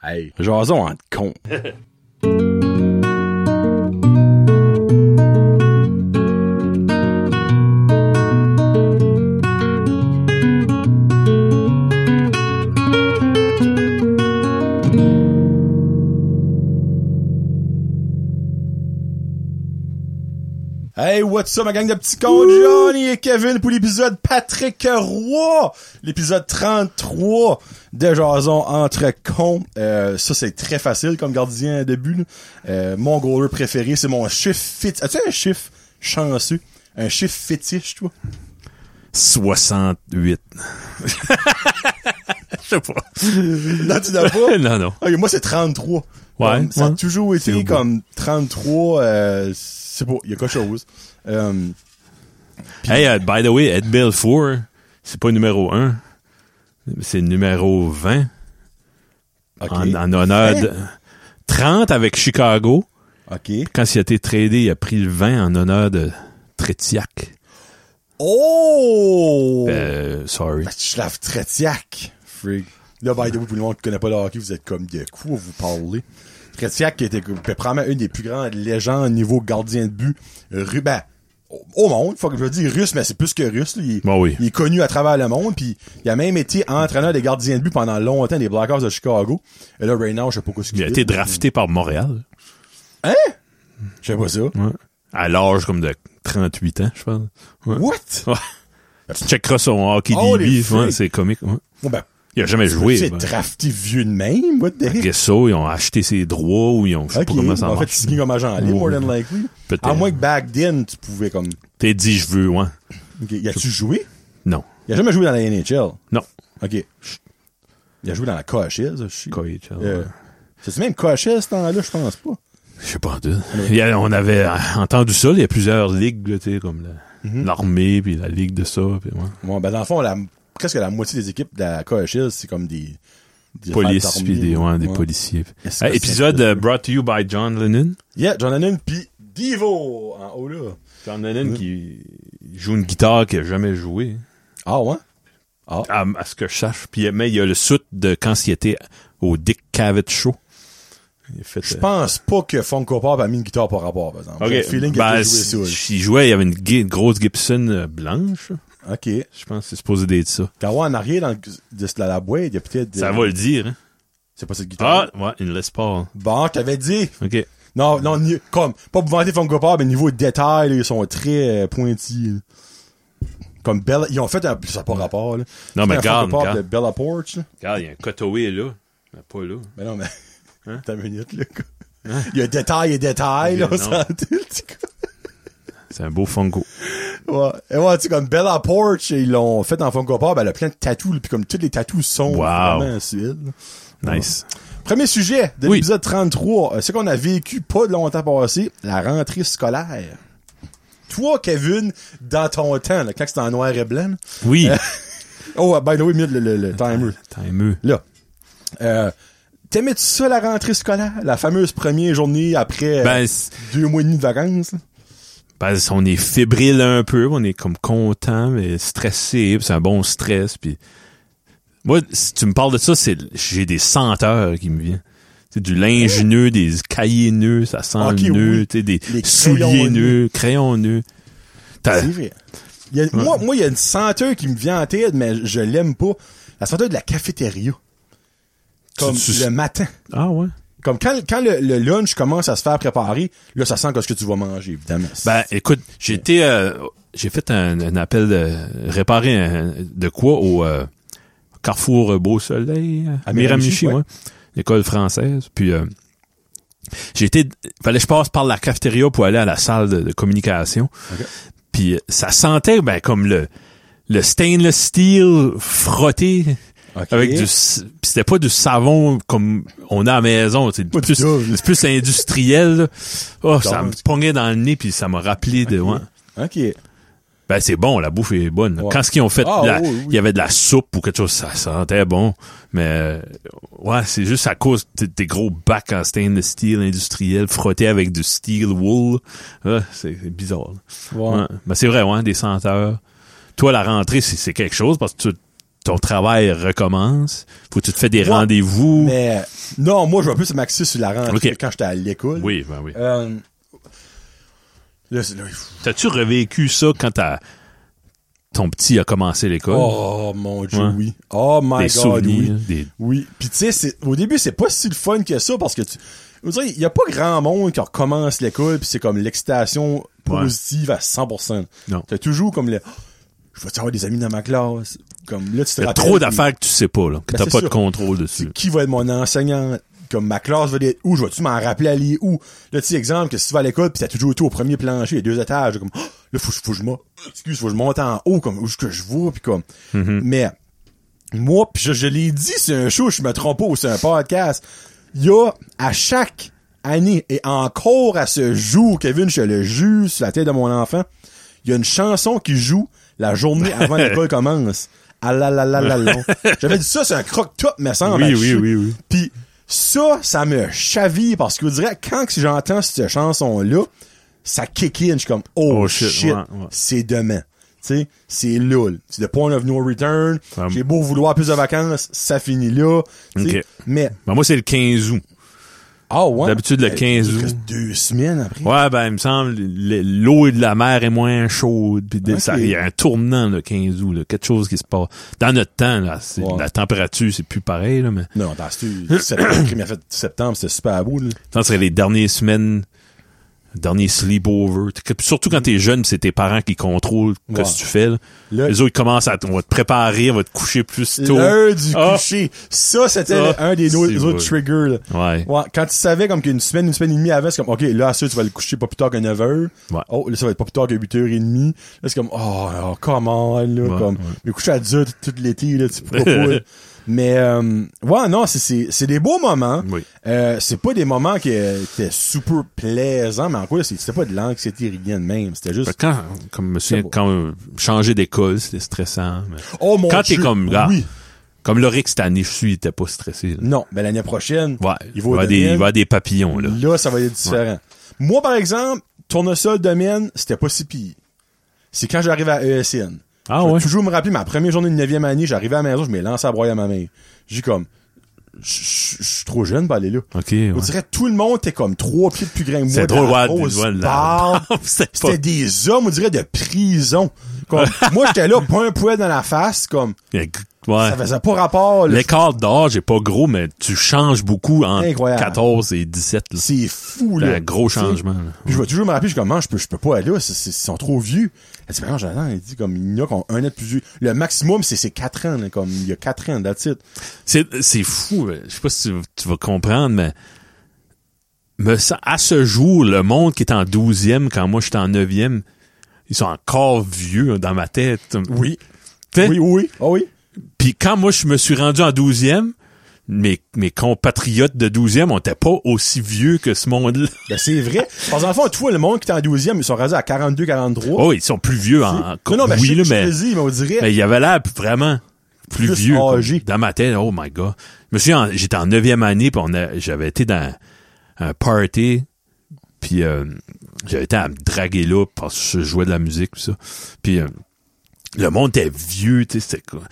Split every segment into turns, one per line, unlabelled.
Hey, jason
hein,
en con. Hey, what's up ma gang de petits cons, Johnny et Kevin pour l'épisode Patrick Roy, l'épisode 33 de Jason entre cons. Euh, ça c'est très facile comme gardien de but. là. Euh, mon goaler préféré, c'est mon chiffre fit. As-tu un chiffre chanceux? Un chiffre fétiche, toi?
68. Je sais pas.
Non, tu n'as pas?
non, non.
Ok, moi, c'est 33.
Ouais,
Comme, ça a
ouais.
toujours été
C'est beau.
comme 33, euh, c'est pas, il y a quelque chose. Euh,
Hey, euh, by the way, Ed Belfour, c'est pas numéro 1. C'est numéro 20.
ok.
En, en honneur de. 30 avec Chicago.
Ok.
Quand il a été tradé, il a pris le 20 en honneur de Tretiak.
Oh!
Euh, sorry.
Vaclav Tretiak. Freak. Là, by the way, pour le monde qui connaît pas le hockey, vous êtes comme de quoi vous parlez? Tretiak qui était était probablement une des plus grandes légendes au niveau gardien de but. Ruban. Au au monde, faut que je dis russe, mais c'est plus que russe. là. Il,
Bah oui.
il est connu à travers le monde, puis il a même été entraîneur des gardiens de but pendant longtemps des Blackhawks de Chicago. Et là, Reynard, je sais pas quoi
Il a été drafté par Montréal.
Hein? Je sais pas ça.
Ouais. À l'âge comme de 38 ans, je pense. Ouais.
What?
Ouais. Tu checkeras son hockey
Oh, les
DB, ouais,
freaks.
c'est comique. ouais.
Bon, ben,
Il a jamais joué.
c'est
ben.
drafté vieux de même, what the
I
heck?
guess so, ils ont acheté ses droits ou ils ont, je sais
Ah, Ok,
pas comment ça
en fait,
marche.
signé comme agent libre,
Oh.
more than likely.
Peut-être.
À moins que back then, tu pouvais comme.
T'es dit, je veux, ouais.
Ok, Y a-tu joué?
Non.
Il a jamais joué dans la NHL.
Non.
Ok. Il a joué dans la KHS, je suis.
KHL,
Euh,
ouais.
C'est même KHS, ce temps-là, je pense pas.
Je sais pas. dude. Il y a- on avait euh, entendu ça, il y a plusieurs ligues, là, tu sais, comme la-
Mm-hmm.
l'armée, puis la ligue de ça, puis ouais.
Bon, ben, dans le fond, la, presque la moitié des équipes de la KHS, c'est comme des. des
Police,
affaires
puis des,
d'armée,
ouais, des
ouais.
policiers.
Est-ce
Hey,
que c'est
épisode euh, brought to you by John Lennon.
Yeah, John Lennon, pis Divo, en haut là.
John Lennon qui joue une guitare qu'il a jamais jouée,
Ah ouais?
à, à ce que je sache. Puis, mais il y a le soute de quand il était au Dick Cavett Show. Il a fait,
Je
euh,
pense pas que Funko Pop a mis une guitare par rapport, par exemple. J'ai le feeling qu'il a
ben,
joué ça.
s'il
là.
s'il jouait, il y avait une, gui- une grosse Gibson euh, blanche.
Ok.
Je pense que c'est supposé d'être ça.
T'as en arrière dans le- de la, la boîte, il y a peut-être.
Ça
euh,
va le dire. Hein?
C'est pas cette guitare.
Ah, ouais, une Les Paul.
Bon, je t'avais dit.
OK.
Non, non, ni- comme, pas pour vanter Funko Pop, mais niveau détail, là, ils sont très euh, pointillés. là. Comme Bella, ils ont fait un, ça n'a pas rapport, là.
Non,
C'est
mais
un
garde,
Funko Pop
garde.
de Bella Porch, là.
Regarde, il y a un Cotoway là. Mais pas là.
Ben non, mais.
Hein?
T'as une minute, là, quoi. Il y a détail et détail, là,
Ok,
on
non.
s'entend, le petit gars.
C'est un beau Funko.
Ouais, et ouais, tu sais, comme Bella Porch, ils l'ont fait en Funko Pop, elle a plein de tatous, là, puis comme tous les tatous sont
Wow.
vraiment suides.
Nice.
Premier sujet de
Oui.
l'épisode 33, euh, ce qu'on a vécu pas longtemps passé, la rentrée scolaire. Toi, Kevin, dans ton temps, là, quand c'était en noir et blanc, là.
Oui.
oh, by the way, mets le, le- le timer,
Timeux.
là. Euh, T'aimais-tu ça, la rentrée scolaire? La fameuse première journée après euh,
Ben, c'est-
deux mois et demi de vacances? là?
ben, c'est- on est fébrile un peu. On est comme content, mais stressé. puis C'est un bon stress. Puis Moi, si tu me parles de ça, c'est j'ai des senteurs qui me viennent. C'est du linge nœud, des cahiers nœuds, ça sent
Ah, Ok,
le nœud,
oui.
tu sais, des
Les crayons
souliers nœuds, crayons nœuds. T'as-
C'est vrai. Il y a- Moi, moi, il y a une senteur qui me vient en tête, mais je l'aime pas. La senteur de la cafétéria. Comme
tu-
le matin.
Ah ouais.
Comme quand, quand le, le lunch commence à se faire préparer, là, ça sent que ce que tu vas manger, évidemment.
Ben écoute, j'ai été euh, j'ai fait un, un appel de réparer un- de quoi au euh, Carrefour Beau Soleil
À
à
Miramichi,
Miramichi,
ouais.
ouais. L'école française, puis euh, j'ai été fallait que je passe par la cafétéria pour aller à la salle de, de communication.
Ok.
Puis euh, ça sentait ben comme le le stainless steel frotté
Ok.
avec du s- pis c'était pas du savon comme on a à la maison c'est
Pas du
plus
Dove, là.
c'est plus industriel là. oh ça
Dove.
me pognait dans le nez puis ça m'a rappelé de ouais.
hein. OK.
ben c'est bon la bouffe est bonne là.
Ouais.
quand ce qu'ils ont fait
Ah,
la- il
oui, oui.
y avait de la soupe ou quelque chose ça sentait bon mais euh, ouais c'est juste à cause de- des gros bacs en stainless steel industriel frottés avec du steel wool Ah, c'est c'est bizarre là.
Ouais.
Ouais. Ben, c'est vrai, ouais, des senteurs. Toi, la rentrée, c'est, c'est quelque chose parce que tu ton travail recommence. Faut que tu te fais des
Ouais,
rendez-vous.
Mais non, moi, je vais plus m'axer sur la rentrée
Ok.
quand j'étais à l'école.
Oui, ben oui.
Euh, là, c'est- là, il faut-
T'as-tu revécu ça quand t'as- ton petit a commencé l'école?
oh mon dieu,
Ouais.
oui. Oh my
des
god,
souvenirs,
oui.
des...
Oui. Puis tu sais, c'est- au début, c'est pas si le fun que ça parce que tu. je veux dire, Il y a pas grand monde qui recommence l'école puis c'est comme l'excitation positive à 100%.
Non.
T'as toujours comme le. Je vais avoir des amis dans ma classe. Comme là, tu te
Il y a
rappelles-
trop d'affaires que tu sais pas, là, que
Ben,
t'as
c'est
pas de
sûr.
contrôle dessus.
qui va être mon enseignant comme ma classe va être où je vais-tu m'en rappeler aller où là tu sais exemple que si tu vas à l'école puis t'as toujours été au premier plancher les deux étages comme Ah! là faut, faut que je monte excuse faut que je monte en haut comme où je- que je vois puis comme
Mm-hmm.
mais moi puis je, je l'ai dit c'est un show je me trompe pas ou c'est un podcast il y a à chaque année et encore à ce jour Kevin je le jure sur la tête de mon enfant il y a une chanson qui joue la journée avant que l'école commence ah là là là là là. J'avais dit ça, c'est un croque-top, me semble.
Oui,
à chier.
oui, oui, oui.
Puis ça, ça me chaville parce que je dirais, quand que j'entends cette chanson-là, ça kick in. Je suis comme, oh,
Oh, shit,
shit,
ouais, ouais.
c'est demain. Tu sais, c'est lul. C'est the point of no return.
Um,
J'ai beau vouloir plus de vacances, ça finit là. Tu sais,
Ok.
Mais,
Ben, moi, c'est le 15 août.
ah ouais.
D'habitude, le
Eh,
15
il
août.
reste Deux semaines après.
Ouais, ben, il me semble, le- l'eau de la mer est moins chaude. Puis de-
Ok.
ça- il y a un tournant, le 15 août, là, quelque chose qui se passe. Dans notre temps, là, c'est-
Ouais.
la température, c'est plus pareil, là, mais
Non, attends, c'était septembre, crime, en fait, septembre, c'était super beau, là.
ça serait les dernières semaines, derniers sleepovers. T'es- Surtout quand t'es jeune, c'est tes parents qui contrôlent
Ouais.
ce que tu fais. Là.
Là-
Les autres, ils commencent à, t- on va te préparer, on va te coucher plus tôt.
L'heure du
Ah!
coucher. Ça, c'était
Ah,
un des no-
c'est
autres
vrai.
triggers. là.
Ouais.
Quand tu savais comme qu'une semaine, une semaine et demie avant, c'est comme, OK, là, à ça, tu vas le coucher pas plus tard que 9h.
Ouais.
Oh, là, ça va être pas plus tard que 8h30. Là, c'est comme, oh, oh, come on, là,
Ouais,
comme,
ouais.
le coucher à 10 heures tout, tout l'été, là, tu pourras pas. là. Mais, euh, ouais, non, c'est, c'est, c'est des beaux moments.
Oui.
Euh, c'est pas des moments qui euh, étaient super plaisants, mais en quoi, c'est- c'était pas de l'anxiété, rien de même. C'était juste,
Fait que Quand, comme je me souviens,
beau.
quand euh, changer d'école, c'était stressant. mais-
oh mon
quand
dieu.
t'es comme, gars,
Oui.
comme l'Oric cette année, je suis, t'es pas stressé. là.
Non, mais l'année prochaine,
Ouais, il
il va au
va, y avoir des, il va y
domaine.
avoir des papillons, là.
Là, ça va être différent. Moi, par exemple, tournesol domaine, c'était pas si pire. C'est quand j'arrive à ESN.
Ah
je vais
ouais?
toujours me rappeler ma première journée de 9e année, j'arrivais à la maison, je me lancé à broyer à ma mère. J'ai comme, je je- je suis trop jeune pour aller là.
OK, ouais.
On dirait tout le monde était comme trois pieds plus grand que moi.
C'est
dans
drôle,
la
ouais,
grosse
du- ouais, la-
barbe.
C'était pas-
C'était des hommes, on dirait, de prison. Comme, moi, j'étais là, pas un poil dans la face, comme,
Ouais. Ouais.
ça faisait pas rapport, là.
L'écart d'âge est pas gros, mais tu changes beaucoup entre
Incroyable.
14 et 17. là.
C'est fou,
C'est
là.
un gros
Tu sais,
changement. là.
Puis je vais toujours me rappeler, je suis comme, Ah, je peux, je peux pas aller là, c'est- c'est- ils sont trop vieux. Elle dit, ben non, j'attends, elle dit, comme, il y en a qui ont un an de plus vieux. Le maximum, c'est c'est 4 ans, là, comme, il y a 4 ans, that's it.
C'est, c'est fou. là. Je sais pas si tu, tu vas comprendre, mais me sen- à ce jour, le monde qui est en 12e quand moi j'étais en 9e, ils sont encore vieux hein, dans ma tête.
Oui.
Fait-
Oui, oui, oui. Ah oui.
Puis quand moi je me suis rendu en 12e, mes, mes compatriotes de 12e, on était pas aussi vieux que ce monde-là.
Ben, c'est vrai. Parce qu'en fond, tu vois, le monde qui est en 12e, ils sont rasés à 42, 43.
Oh, ils sont plus vieux en.
non, non, ben,
oui,
je,
là,
je
mais.
te dis, mais on dirait,
Mais il avait l'air vraiment plus
Plus
vieux. comme,
âgé.
dans ma tête, oh my god. Je me souviens, en- j'étais en neuvième année, puis on a- j'avais été dans un party, puis euh, j'avais été à me draguer là parce que je jouais de la musique, puis ça. Puis euh, le monde était vieux, tu sais, c'était quoi?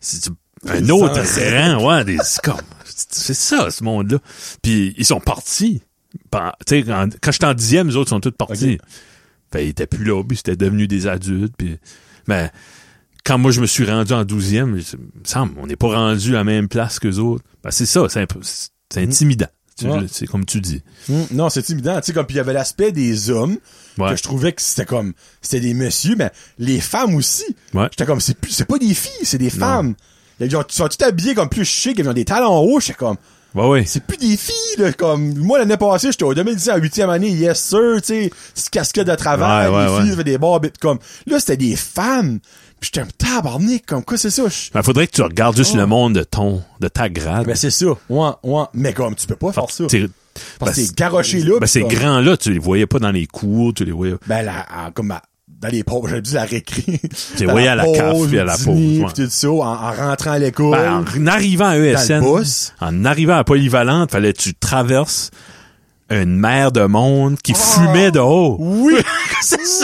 C'est un
Des
autre
ancêtres.
rang, ouais, des c'est comme C'est ça, ce monde-là. Puis ils sont partis. Par- Tu sais, quand, quand j'étais en dixième, les autres sont tous partis.
Ok.
Fait, ils étaient plus là, puis c'était devenu des adultes. Puis, mais quand moi je me suis rendu en douzième, je- il me semble, on n'est pas rendu à la même place que autres. Ben, c'est ça, c'est un peu- c'est intimidant. Tu-
Hmm. Ouais.
C'est comme tu dis.
Hum, non, c'est évident. Tu sais, comme, puis il y avait l'aspect des hommes,
Ouais.
que je trouvais que c'était comme, c'était des messieurs, mais les femmes aussi.
Ouais.
J'étais comme, c'est plus, c'est pas des filles, c'est des femmes. Ils sont tous habillés comme plus chic, ils ont des talons hauts, j'étais comme,
Ouais, ouais.
c'est plus des filles, là, comme, moi, l'année passée, j'étais au 2010 en huitième année, yes sir, tu sais, petite casquette de travail,
Ouais, ouais,
les
ouais.
filles faisaient des barbes, comme, là, c'était des femmes, pis j'étais un tabarnak, comme, quoi, c'est ça, je-
Ben, faudrait que tu regardes juste
Oh.
le monde de ton, de ta grade.
ben, c'est ça, ouais, ouais, mais comme, tu peux pas faire ça.
T'es-
Parce que
ben,
c'est garoché là,
ben,
pis
ces
comme-
grands-là, tu les voyais pas dans les cours, tu les voyais.
Ben, la, à- comme à- dans les pauvres, j'avais dit la récré.
T'es
Dans
voyé à la
pause,
cave, puis à la
dîner,
pause, ouais.
puis tout ça, en, en rentrant à l'école.
Ben, en arrivant à
dans
ESN,
le bus.
en arrivant à Polyvalente, fallait que tu traverses une mer de monde qui
Oh!
fumait de haut.
Oui!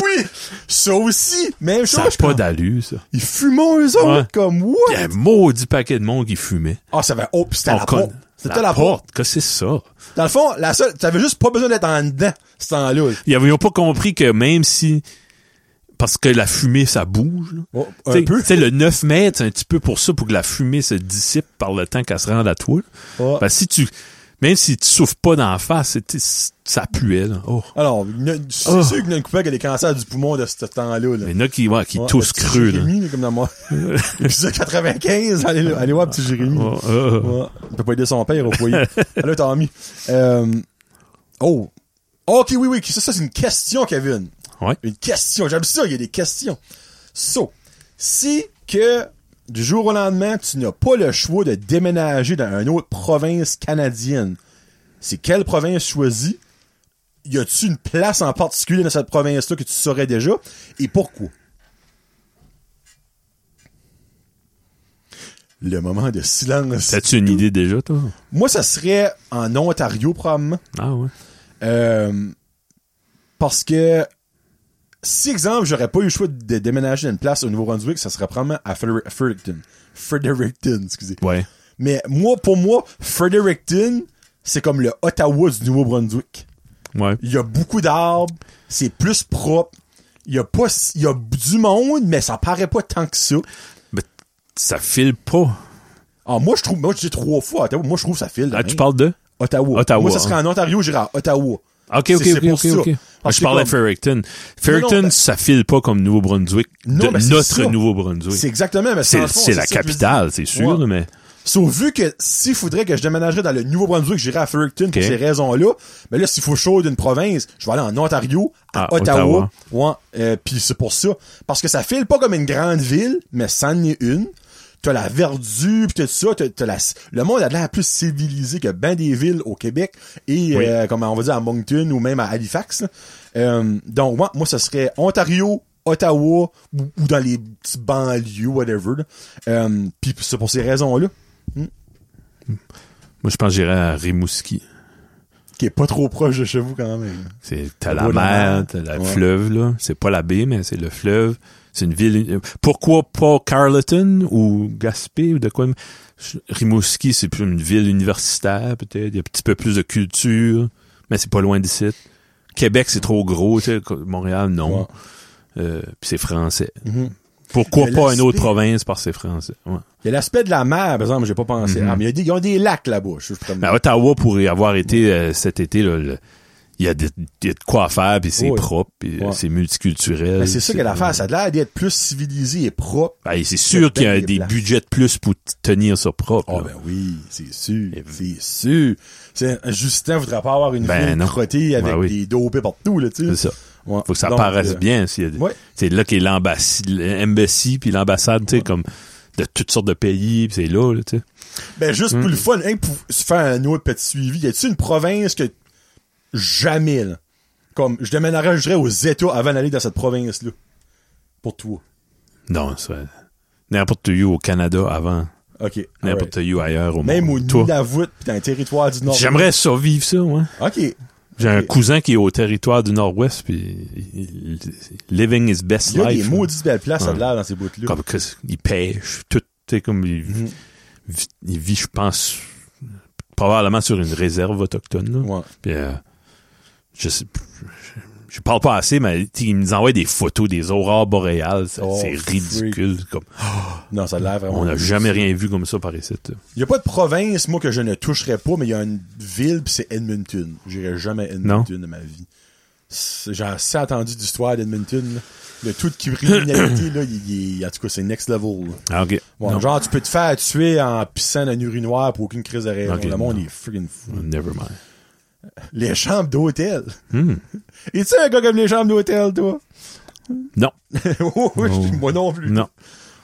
oui! Ça aussi! Même
Ça
chose!
n'a
je
pas
pense.
d'allure, ça.
Ils fumaient eux autres,
Ouais.
comme what?
Il y a un maudit paquet de monde qui fumait.
Ah, ça va. Oh, pis c'était à
On
la
con-
porte. C'était à la porte.
Qu'est-ce que c'est ça?
Dans le fond, la seule, t'avais juste pas besoin d'être en dedans, ce temps-là.
Ils n'avaient pas compris que même si... Parce que la fumée, ça bouge. là.
Oh, un
T'sais-
peu.
t'sais, le 9 mètres, c'est un petit peu pour ça, pour que la fumée se dissipe par le temps qu'elle se rende à toi. là.
Ouais.
Ben, si tu, même si tu souffles pas d'en face, c'est- t'sais, c'est- ça puait, là. Oh.
Alors, il y en a- c'est
Oh.
sûr qu'il y en a une coupable qui a des cancers du poumon de ce temps-là. Là.
Il y en a qui, ouais, qui
Ouais,
toussent
le petit
creux, là.
Jérémy, là, comme dans moi. Épisode 95, allez, le- allez voir petit Jérémy.
Oh, oh, oh.
Ouais. Il peut pas aider son père au foyer. Allô, Tommy. Euh, oh. Ok, oui, oui, ça, ça c'est une question, Kevin.
Ouais.
Une question. J'aime ça, il y a des questions. So, si que du jour au lendemain, tu n'as pas le choix de déménager dans une autre province canadienne, c'est quelle province choisie? Y a-tu une place en particulier dans cette province-là que tu saurais déjà? Et pourquoi? Le moment de silence.
T'as-tu une idée déjà, toi?
Moi, ça serait en Ontario, probablement.
Ah, ouais.
Euh, parce que, si, exemple, j'aurais pas eu le choix de déménager dans une place au Nouveau-Brunswick, ça serait probablement à Freder- Fredericton. Fredericton, excusez.
Ouais.
Mais moi, pour moi, Fredericton, c'est comme le Ottawa du Nouveau-Brunswick.
Ouais.
Il y a beaucoup d'arbres, c'est plus propre. Il y a pas, s- il y a du monde, mais ça paraît pas tant que ça.
Mais ça file pas.
Ah, moi, je trouve, moi, j'ai trois fois Ottawa. Moi, je trouve ça file. de
Ah, tu
même.
parles de?
Ottawa.
Ottawa, hein.
Moi, ça serait en Ontario, j'irais à Ottawa.
Ok,
C'est-
ok,
c'est
ok,
pour
ok,
ça.
ok. Moi,
Parce
je
que
parlais de
comme-
Fredericton.
Non,
Fredericton,
non, ben-
ça file pas comme Nouveau-Brunswick.
Non,
De
ben, c'est ça.
notre
C'est
Nouveau-Brunswick.
exactement, mais dans
C'est
le fond,
c'est la
ça que je
capitale, c'est sûr,
Ouais.
là, mais.
dis. Sauf vu que s'il faudrait que je déménagerais dans le Nouveau-Brunswick, j'irais à Fredericton pour
Ok.
ces raisons-là. Mais là, s'il faut chaud d'une province, je vais aller en Ontario, à
Ah,
Ottawa. Ouais, euh, puis c'est pour ça. Parce que ça file pas comme une grande ville, mais ça en est une. T'as la verdure, pis tout ça. t'as- t'as la, le monde a l'air plus civilisé que ben des villes au Québec et,
Oui.
euh, comme on va dire, à Moncton ou même à Halifax. là. Euh, donc, ouais, moi, ce serait Ontario, Ottawa ou, ou dans les petits banlieues, whatever. là. Euh, Puis c'est pour ces raisons-là.
Moi, je pense que j'irais à Rimouski.
qui est pas trop proche de chez vous quand même.
C'est, t'as
Le
la
bois de la mer.
mer, t'as le
Ouais.
fleuve, là. C'est pas la baie, mais c'est le fleuve. C'est une ville. Pourquoi pas Carleton ou Gaspé ou de quoi? Je- Rimouski, c'est plus une ville universitaire, peut-être. Il y a un petit peu plus de culture, mais c'est pas loin d'ici. Québec, c'est trop gros, tu sais. co- Montréal, non.
Ouais. Mhm.
Euh, puis c'est français. Pourquoi
Mais
pas une autre
l'aspect-
province par c'est français? Ouais.
Il y a l'aspect de la mer, par exemple, j'ai pas pensé.
Mhm. Ben
Ah, mais il y a des- ils ont des lacs là-bas. Je suis comme-
Mais à Ottawa, pour y avoir été euh, cet été, là, le- il y, a de il y a de quoi à faire, puis c'est
Oui.
propre, puis euh,
Ouais.
c'est multiculturel.
Mais Ben, c'est ça que l'affaire,
ouais.
ça a l'air d'être plus civilisé et propre.
Ben, c'est sûr qu'il y a
Ben,
des
places.
budgets de plus pour t- tenir ça propre.
Ah
là.
ben oui, c'est sûr,
Et-
c'est sûr. C'est Justin voudrait pas avoir une
Ben
ville
non.
crottée avec
Ben oui.
des dopés partout là, tu
c'est
sais.
ça.
Ouais.
Faut que ça
Donc, euh,
paraisse bien. s'il y a des-
ouais.
C'est là qu'est l'ambassade, l'embassy, puis l'ambassade, tu sais, comme de toutes sortes de pays, puis c'est là, là, tu sais.
Ben juste
Mhm.
pour le fun, hein, pour se faire un autre petit suivi, y a-t-il une province que jamais là, comme je déménagerais aux États avant d'aller dans cette province là pour toi.
Non, ça... N'importe où au Canada avant.
OK.
N'importe où ailleurs au
Ah, Même au
monde. Toi.
Nunavut, pis dans le territoire du Nord.
J'aimerais survivre ça, ouais.
OK.
J'ai un
Ok.
cousin qui est au territoire du Nord-Ouest, puis il- il- living his best
Il y a
life.
des
là.
maudites belles places, ça a
Ouais.
l'air, dans ces bouts-là.
Comme que, il pêche, tout, tu sais, comme il,
Mhm.
vit- il vit, je pense, probablement sur une réserve autochtone. là.
Ouais.
Puis, euh, je sais, je parle pas assez, mais tu sais, il nous envoie des photos des aurores boréales. ça,
Oh,
c'est ridicule. Comme,
Non, ça a l'air vraiment.
on n'a jamais rien vu comme ça par ici. tu sais.
Il y a pas de province, moi, que je ne toucherais pas, mais il y a une ville, pis c'est Edmonton. J'irai jamais à Edmonton de ma vie. C'est- J'ai assez entendu d'histoire d'Edmonton, là. Le tout de criminalité, là, il, il- en tout cas, c'est next level, là.
Ah, ok.
Bon,
Non,
genre, tu peux te faire tuer en pissant dans une urinoir pour aucune crise de raison.
Ok,
Le monde
non.
est freaking fou.
Never mind.
Les chambres d'hôtel.
Hmm.
Es-tu un gars comme les chambres d'hôtel, toi?
Non,
Oh, oui,
Non.
Moi non plus.
non.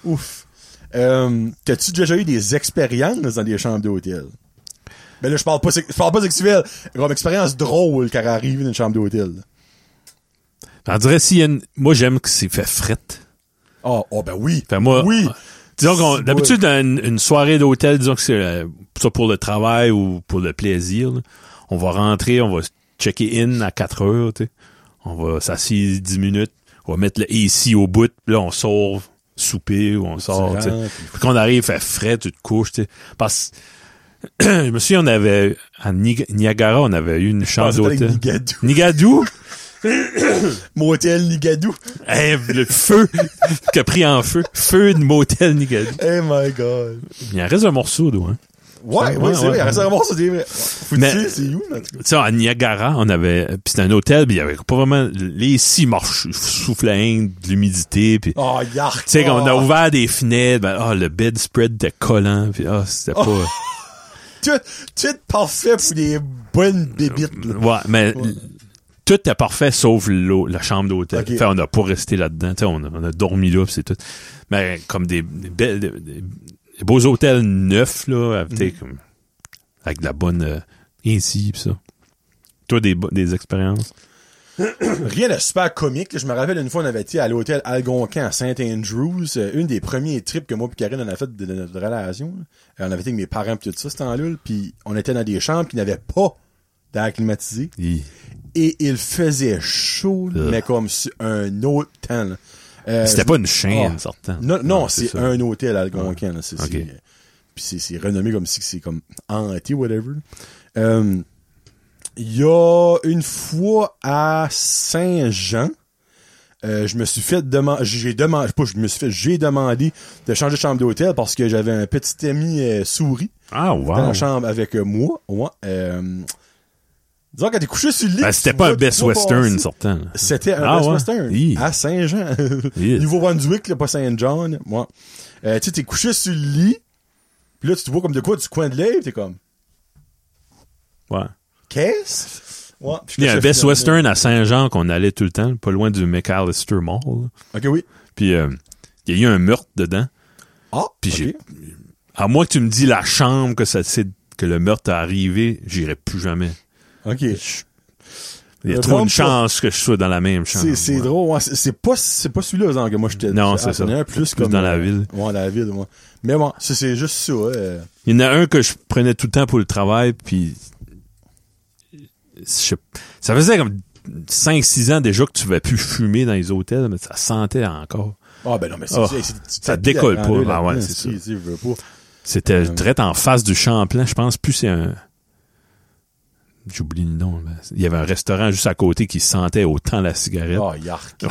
Ouf. Euh, T'as-tu déjà eu des expériences dans des chambres d'hôtel? Ben là, je parle pas, sex- je parle pas sexuel. Comme expérience drôle quand elle arrive dans une chambre d'hôtel.
On dirait s'il y a une- Moi, j'aime que c'est fait frette.
Ah, ah, ben oui.
Fait moi, euh,
Oui.
Disons qu'on,
Ouais.
d'habitude, dans une, une soirée d'hôtel, disons que c'est euh, ça pour le travail ou pour le plaisir, là, on va rentrer, on va checker in à 4 heures, tu sais. On va s'assier 10 minutes, on va mettre le AC au bout, puis là, on sort souper ou on sort, tu sais.
rentres,
Puis qu'on arrive, fait frais, tu te couches, tu sais. Parce je me souviens, on avait, à Ni- Niagara, on avait eu une chambre
Pensez-vous avec
d'hôtel.
Nigadou.
Nigadou?
Motel Nigadou.
Eh, le feu qui a pris en feu. Feu de motel Nigadou.
Oh my god.
Il en reste un morceau, d'eau, hein.
Ouais, ouais,
Ouais,
c'est
ouais.
vrai. Reste vraiment sur des vrais.
Mais-
Foutu, c'est où, en tout cas?
tu sais, à Niagara, on avait, puis c'était un hôtel, puis il y avait pas vraiment, les six marches, souffle à Inde, de l'humidité, puis tu
Oh, yark.
sais, quand on a
Oh,
ouvert des fenêtres, ben, ah, le bedspread était collant, puis ah, c'était pas,
Oh. Tout, tout parfait pour des bonnes bébites, là.
ouais, mais
Ouais.
tout était parfait sauf l'eau, la chambre d'hôtel.
Ok.
Fait, on n'a pas resté là-dedans, tu sais, on, a- on a dormi là, puis c'est tout. Mais comme des, des belles, des, des beaux hôtels neufs, là, avec, tu
Mm.
sais, comme, avec de la bonne, euh, ainsi, puis ça. Toi, des, bo- des expériences?
Rien de super comique. là. Je me rappelle une fois, on avait été à l'hôtel Algonquin à St. Andrews. euh, une des premiers trips que moi et Karine on a fait de, de notre relation. là. Euh, on avait été avec mes parents pis tout ça, c'était en lul. Puis on était dans des chambres qui n'avaient pas d'air climatisé.
Hi.
Et il faisait chaud, là,
Ugh.
mais comme sur un autre temps. là. Euh,
C'était
je-
pas une chaîne,
Ah.
certaine.
Non, non, c'est
ça.
un hôtel algonquin. là. C'est
Ok.
c'est- puis c'est- c'est renommé comme si c'est comme hanté, whatever. Euh, Il y a une fois à Saint-Jean, euh, je me suis fait demander, j'ai demandé, pas je me suis fait, j'ai demandé de changer de chambre d'hôtel parce que j'avais un petit ami euh, souris
Ah,
dans
wow.
la chambre avec euh, moi. Ouais, euh, disons, quand t'es couché sur le lit,
Ben, c'était
tu
pas
vois-
un Best
tu vois passer.
Western, certain.
C'était un
Ah
Best
ouais?
Western
Hi.
à Saint-Jean.
Hi.
Nouveau-Brunswick, là, pas Saint-John. Ouais. Euh, tu sais, t'es couché sur le lit, puis là, tu te vois comme de quoi du coin de l'œil, puis t'es comme,
Ouais.
qu'est-ce? Ouais. Puis je
Il y a un
cache-
Best Western à Saint-Jean qu'on allait tout le temps, pas loin du McAllister Mall. là.
Ok, oui.
Puis, euh, il y a eu un meurtre dedans.
Ah,
Puis
ok.
j'ai- À moins que tu me dis la chambre que ça c'est que le meurtre est arrivé, j'irai plus jamais.
Ok.
Il y a
Le
trop
bon
une chance que je sois dans la même chambre.
C'est, c'est
Ouais.
drôle, ouais. C'est, c'est pas, c'est pas celui-là, genre, que moi, j'étais.
Non,
Ah,
c'est ça.
c'en est un plus,
Plus
comme.
dans la
euh,
ville.
Ouais, dans la ville, ouais. Mais bon, c'est, c'est juste ça, euh,
Il y en a un que je prenais tout le temps pour le travail, puis je sais- ça faisait comme 5-6 ans déjà que tu vas plus fumer dans les hôtels, mais ça sentait encore.
Ah, ben non, mais c'est,
Oh,
c'est- c'est- tu
ça
t'habilles
décolle
en
pas.
deux
Ah
là-dedans,
ouais, c'est ça.
si, si, je veux pas.
C'était
Euh.
direct en face du Champlain, je pense. Plus c'est un. J'oublie le nom. mais Il y avait un restaurant juste à côté qui sentait autant la cigarette.
Ah, yark.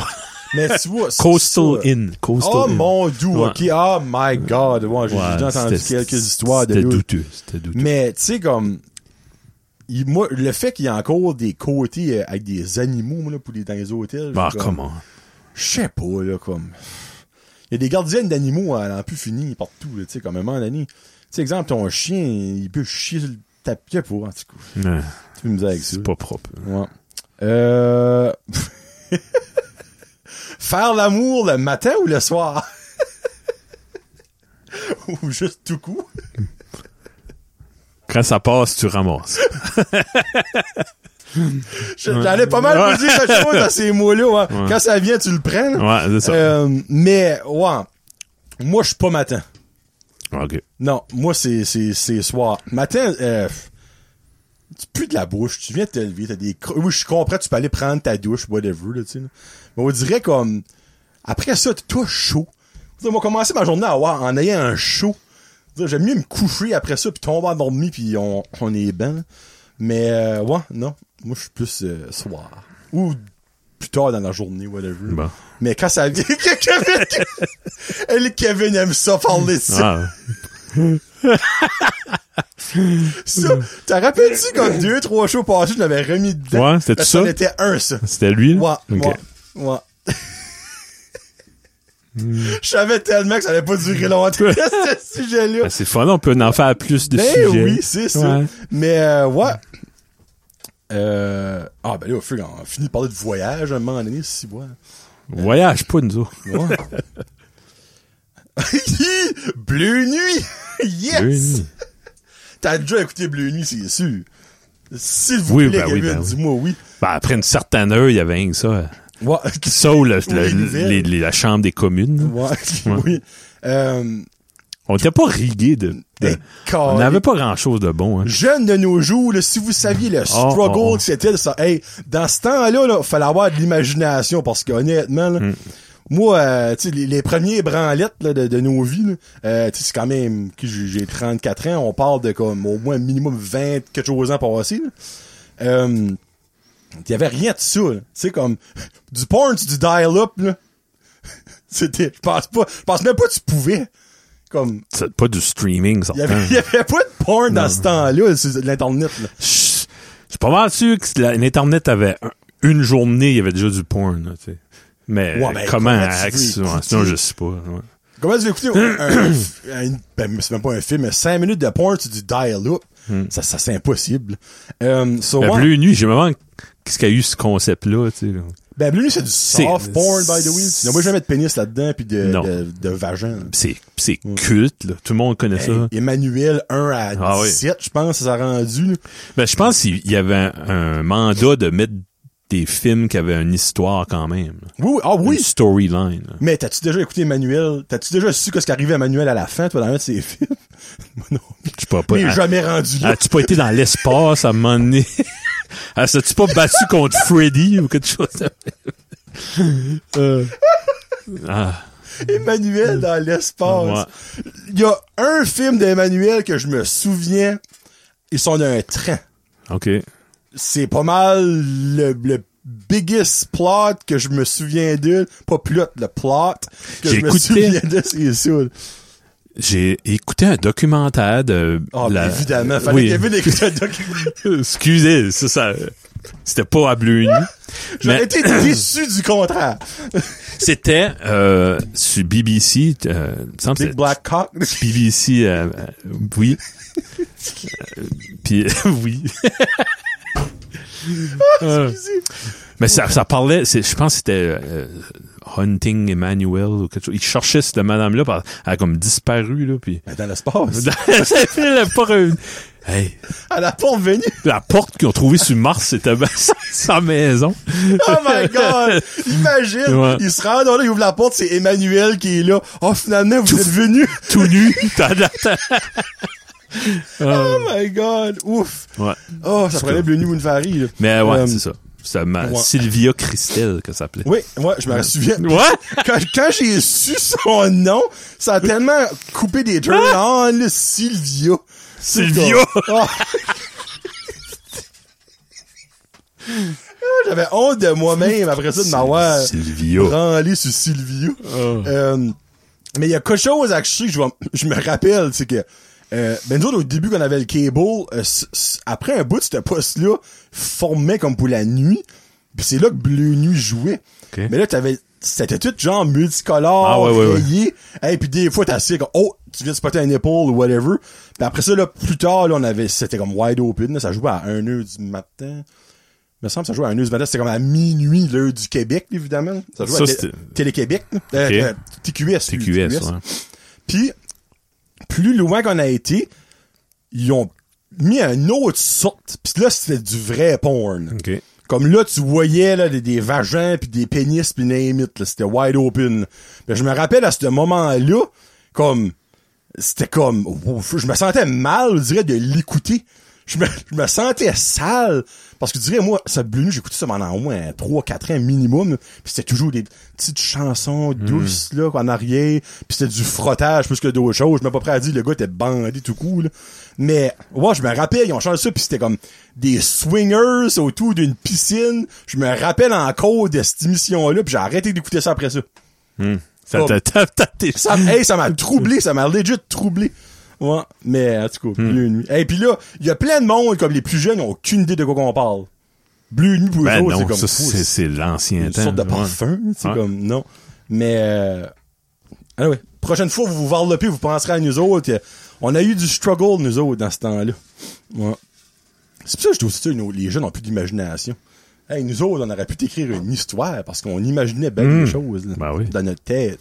mais tu vois. c'est
Coastal
ça.
Inn. Coastal
Oh
Inn.
mon dieu,
Ouais.
ok. Oh my god. Ouais, j'ai
Ouais,
déjà entendu
c'était-
quelques histoires de
C'était
lui.
douteux. C'était douteux.
Mais tu sais, comme. il- moi, le fait qu'il y a encore des côtés euh, avec des animaux là, pour les, dans les hôtels.
Ah,
je suis comme,
comment?
Je sais pas, là, comme. Il y a des gardiennes d'animaux à n'en plus fini partout, là, tu sais, comme un moment donné. Tu sais, exemple, ton chien, il peut chier sur le tapis pour, en tout cas.
Ouais,
Tu peux me dire avec ça.
C'est pas propre.
Ouais. Euh. Faire l'amour le matin ou le soir? ou juste tout coup?
Quand ça passe, tu ramasses.
Je- J'allais pas mal vous dire quelque chose dans ces mots-là. hein.
Ouais.
Quand ça vient, tu le prends. là.
Ouais, c'est ça.
Euh, mais, ouais. Moi, je suis pas matin.
OK.
Non, moi, c'est, c'est, c'est soir. Matin, euh, tu pues de la bouche, tu viens de te lever, t'as des... cro- Oui, je comprends, tu peux aller prendre ta douche, whatever, là, tu sais. là. Mais on dirait comme... Après ça, t'es tout chaud. Tu sais, Moi, commencer ma journée à avoir, en ayant un chaud. Tu sais, J'aime mieux me coucher après ça, puis tomber endormi, puis on, on est ben. Mais, euh, ouais, non. Moi, je suis plus euh, soir. Ou plus tard dans la journée, whatever.
Bon.
Mais quand ça vient... Kevin... Elle, Kevin aime ça parler de ça.
Ah,
ça.
Mm.
T'as rappelles-tu comme deux, trois shows passés, je l'avais remis dedans?
Ouais, c'était
Parce
ça?
que C'en était un, ça.
c'était lui?
Ouais,
là? OK.
ouais, ouais.
Mm.
Je savais tellement que ça allait pas durer longtemps, ce sujet-là.
Ben, c'est fun, on peut en faire plus de
Ben
sujets.
oui, c'est ça.
Ouais.
Mais, euh, ouais. Euh, ah, ben là, au fur on finit de parler de voyage à un moment donné, si bon.
Voyage pas, nous autres.
Ouais. Hi! Bleu nuit! yes!
Oui,
T'as déjà écouté Bleu nuit, c'est sûr. S'il vous
Oui,
plaît,
ben oui,
Kevin,
ben oui.
dis-moi oui.
Ben, après une certaine heure, il y avait rien que ça.
Ouais.
Sauf le-
les
le-
nouvelles.
les- les- la chambre des communes. là.
Ouais, oui. Euh,
On était pas rigué de. de-
Des
on n'avait
calés.
pas grand chose de bon. Hein.
Jeune de nos jours, là, si vous saviez le struggle
oh, oh.
que c'était, ça, hey, dans ce temps-là, il fallait avoir de l'imagination parce que honnêtement, là, moi, euh, tu sais, les, les premiers branlettes là, de, de nos vies, là, euh, tu sais, c'est quand même que j'ai j'ai 34 ans, on parle de comme au moins minimum 20 quelque chose ans passés. là. Euh, il y avait rien de ça, là. tu sais comme du porn, c'est du dial-up là. C'était je pense pas, je pense même pas que tu pouvais comme
C'est pas du streaming, ça.
il y avait, il y avait pas de porn dans ce temps-là sur l'internet là.
Je je suis pas mal sûr que la- l'Internet avait un- une journée, il y avait déjà du porn. là, tu sais. mais
Ouais, ben,
comment
comment tu
accès-
veux-
ouais, Sinon, je sais pas. ouais.
Comment tu veux écouter un, un- une- ben, c'est même pas un film, mais 5 minutes de porn, tu dis dial-up.
Hmm.
Ça, ça c'est impossible. Euh, so,
La
ouais.
bleue nuit, j'ai vraiment qu'est-ce qu'il y a eu ce concept-là. tu sais, là.
Ben, Blue, c'est du soft
C'est-
porn, by the way. Tu n'as pas jamais de pénis là-dedans, puis de,
Non.
de, de vagin.
C'est c'est culte. là. Tout le monde connaît ça.
Mm. Hey, Emmanuel 1 à
Ah oui.
17, je pense, ça s'est rendu. là.
Ben, je pense qu'il y avait un, un mandat de mettre des films qui avaient une histoire quand même. là.
Oui, oui, ah
Une
oui!
storyline. là.
Mais t'as-tu déjà écouté Emmanuel? T'as-tu déjà su que ce qui arrivait à Emmanuel à la fin, toi, dans un de ses films? Moi, non.
Je peux pas.
Mais
Ah,
jamais rendu là.
As-tu pas été dans l'espace à un moment donné? Ah, As-tu pas battu contre Freddy ou quelque chose? de- Euh, ah,
Emmanuel dans l'espace. Il y a un film d'Emmanuel que je me souviens. Ils sont dans un train.
ok.
C'est pas mal le, le biggest plot que je me souviens de. Pas plot, le plot que je me
J'écoutais-
souviens de. C'est ça.
J'ai écouté un documentaire de...
Ah,
la-
mais évidemment. Fallait
Oui.
qu'il y avait des documents.
Excusez, ça, ça- C'était pas à Bleu Nuit.
J'aurais
Mais-
été déçu du contraire.
C'était euh, sur BBC. Euh, il me semble que
Big
c'était-
Black Cock.
BBC, euh, euh, oui. Euh, Puis, oui. Euh, mais ça, ça parlait, c'est- je pense que c'était euh, Hunting Emmanuel ou quelque chose. Il cherchait cette madame-là, par- elle a comme disparu, là, puis...
dans l'espace.
elle a pas revenu. Hey,
À la pompe venue.
la porte qu'ils ont trouvée sur Mars, c'était ben sa- sa maison.
Oh my god! Imagine!
Ouais.
Il se rend là, il ouvre la porte, c'est Emmanuel qui est là. Oh, finalement, vous êtes venu!
Tout nu. T'as de la-
Oh my god! Ouf!
Ouais.
Oh, ça prenait Bleu Nuit Moonfari, là.
Mais ouais,
Euh,
c'est ça. Ça m'a-
ouais.
Sylvia Christelle, que ça s'appelait.
Oui, moi, je me souviens.
Ouais.
Quand, quand j'ai su son nom, ça a tellement coupé des turn on, là, Sylvia.
Ah! Sylvia!
Oh. Ah, J'avais honte de moi-même après ça de m'avoir
Sylvia.
branlé sur Sylvia.
Oh.
Euh, mais il y a quelque chose actually, je, vais- je me rappelle, c'est que euh, ben nous autres, au début qu'on avait le cable, euh, s- s- après un bout de ce poste-là, formait comme pour la nuit. Puis c'est là que Bleu Nuit jouait.
Ok.
Mais là, t'avais. C'était tout genre multicolore,
Ah ouais, ouais, ouais.
rayé. Hey, puis des fois, t'as assis comme Oh, tu viens de spotter un épaule ou whatever. Puis après ça, là, plus tard, là, on avait. C'était comme wide open. là, ça jouait à 1h du matin. Il me semble que ça jouait à 1h du matin. C'était comme à minuit, l'heure du Québec, évidemment. Ça jouait
Ça,
à
c'était-
Télé- Télé-Québec. là. Euh,
Ok.
euh, TQS.
TQS, ouais.
Puis, plus loin qu'on a été, ils ont mis une autre sorte. Puis là, c'était du vrai porn.
OK.
Comme là, tu voyais là, des, des vagins, puis des pénis, puis name it, là, C'était wide open. Mais je me rappelle à ce moment-là, comme... C'était comme... ouf, je me sentais mal, je dirais, de l'écouter. Je me, je me sentais sale. Parce que je dirais, moi, ça bleu j'écoutais ça pendant au moins 3-4 ans minimum. Puis c'était toujours des petites chansons douces, là, en arrière. Puis c'était du frottage plus que d'autres choses. Je m'ai pas prêt à dire, le gars était bandé tout cool. Mais, ouais, je me rappelle, ils ont changé ça, puis c'était comme des swingers autour d'une piscine. Je me rappelle encore de cette émission-là, puis j'ai arrêté d'écouter ça après ça.
Ça t'a- t'a- t'a- t'es-
Oh. Ça, hey, ça m'a troublé, ça m'a legit troublé. Ouais, mais en tout
Hmm.
cas, Bleu Nuit. Et puis là, il y a plein de monde, comme les plus jeunes, ils ont aucune idée de quoi qu'on parle. Bleu Nuit pour eux
Ben
autres,
non,
c'est comme
ça,
fou,
c'est c'est l'ancien
une
temps.
sorte de
ouais.
parfum, c'est
Ouais.
comme non. Mais euh, anyway, prochaine fois vous vous varlopez, vous penserez à nous autres. euh, On a eu du struggle nous autres dans ce temps-là. Ouais. C'est pour ça que je trouve ça nous, les jeunes ont plus d'imagination. Hey, nous autres, on aurait pu écrire une histoire parce qu'on imaginait bien des choses là,
Ben oui.
dans notre tête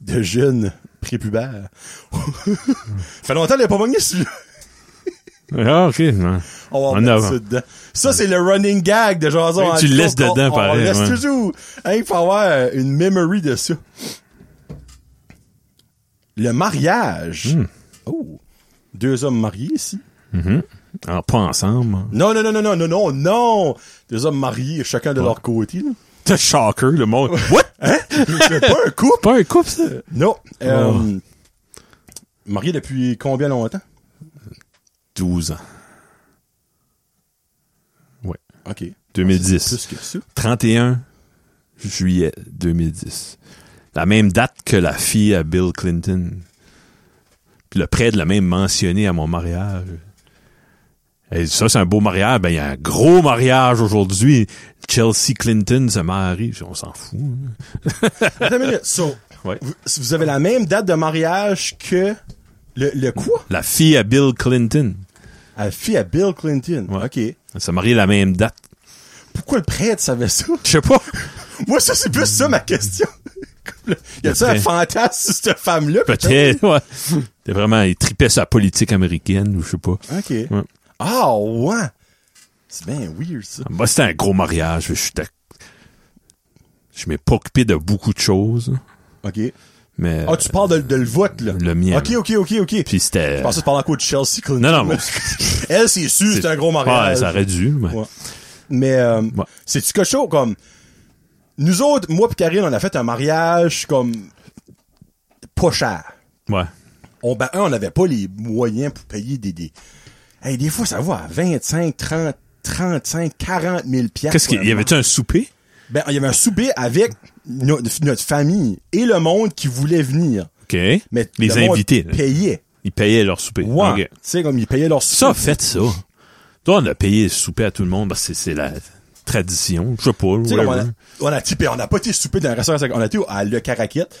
de jeunes prépubères. fait longtemps qu'on a pas pogné celui-là.
Ah, OK. ouais.
On va
En
mettre
avant.
ça dedans. Ça, c'est le running gag de Jason.
Oui, tu le
Antico
laisses
qu'on-
dedans,
on,
pareil,
On laisse
ouais.
toujours. Hein, il faut avoir euh, une memory de ça. Le mariage.
Hmm.
Oh. Deux hommes mariés ici.
Mhm. Ah, pas ensemble. hein.
Non, non, non, non, non, non, non, non. Deux hommes mariés, chacun de leur côté. là.
T'as shocker, le monde. What?
C'est pas un couple.
Pas un couple, ça?
Non.
Oh.
Euh, Mariés depuis combien longtemps?
12 ans.
OK.
2010.
Plus que ça.
31 juillet 2010. La même date que la fille à Bill Clinton. Puis le prêtre l'a même mentionné à mon mariage. Et ça, c'est un beau mariage. Ben, il y a un gros mariage aujourd'hui. Chelsea Clinton se marie. On s'en fout. hein.
Attends une minute. So,
Ouais.
vous, vous avez la même date de mariage que le, le quoi?
La fille à Bill Clinton.
La fille à Bill Clinton.
Ouais.
OK.
Elle se marie la même date.
Pourquoi le prêtre savait ça?
Je sais pas.
Moi, ça, c'est plus ça, ma question. Comme le- y a-tu un
prêtre.
fantasme sur cette femme-là?
Peut-être, ouais. C'était vraiment, il tripait sa politique américaine ou je sais pas.
OK.
Ouais.
Ah, ouais. C'est bien weird, ça.
Bah, c'était un gros mariage. Je suis d'ac- Je m'ai pas occupé de beaucoup de choses,
OK.
mais
Ah, tu parles de, de le vote, là.
le mien.
OK, OK, OK, OK.
puis c'était
Je pensais que tu parlais encore de Chelsea Clinton.
Non non, mais-
Elle, c'est sûr, c'est un gros
Ouais,
mariage.
ça aurait dû, mais
Ouais. Mais euh,
Ouais.
c'est-tu quelque chose comme... Nous autres, moi pis Karine, on a fait un mariage comme pas cher.
ouais.
On, ben, un, on n'avait pas les moyens pour payer des... des... Hey, des fois, ça va à 25, 30, 35, 40 000 piastres.
Qu'est-ce
pour
qu'il y
un
avait tu un souper
Ben, il y avait un souper avec no- notre famille et le monde qui voulait venir.
OK.
Mais
les
le monde
invités, là.
payaient.
ils payaient leur souper.
Ouais.
OK.
Tu sais, comme ils payaient leur souper.
Ça faites ça. Toi on a payé le souper à tout le monde parce que c'est- c'est la tradition, je sais pas,
Tu sais, comme on a,
whatever.
on a typé, on n'a pas été souper d'un restaurant, on a été à Le Caraquette.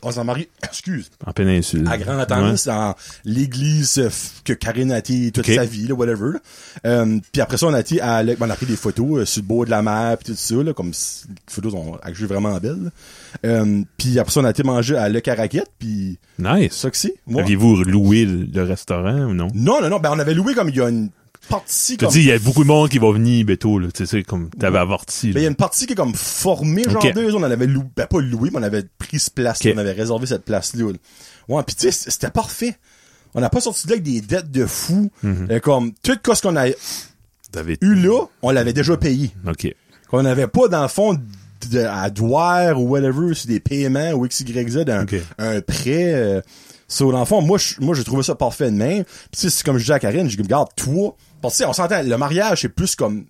On s'en marie, excuse,
en péninsule.
à Grand Anse, dans l'église euh, f- que Karine a été toute
Ok.
sa vie, là, whatever. là. Euh, puis après ça, on a été à Le- on a pris des photos euh, sur le bord de la mer, puis tout ça, là, comme si- les photos sont actually vraiment belles. Euh, puis après ça, on a été manger à Le Caraquette, puis
Ouais. Nice.
c'est ça que c'est. moi.
Aviez-vous loué le le restaurant ou non
Non, non, non, ben on avait loué comme il y a une partie
Tu
comme...
dis il y a beaucoup de monde qui va venir bientôt là, tu sais comme t'avais averti.
Ben,
là.
il y a une partie qui est comme formée, genre
Ok.
deux, on en avait loué, ben pas loué, mais on avait pris ce place
Ok.
on avait réservé cette place-là. là. Ouais, pis tu sais, c'était parfait. On n'a pas sorti de là avec des dettes de fou.
Mhm.
Euh, comme, tout quoi, ce qu'on a eu
T'avais
là, on l'avait déjà payé.
OK.
Qu'on n'avait pas, dans le fond, de- à devoir ou whatever, sur des paiements ou XYZ, un,
Ok.
un prêt. Euh, so, dans le fond, moi, je- moi, j'ai trouvé ça parfait de même. Pis tu sais, c'est comme je dis à Karine, je dis, regarde, toi, parce que tu sais, on s'entend, le mariage, c'est plus comme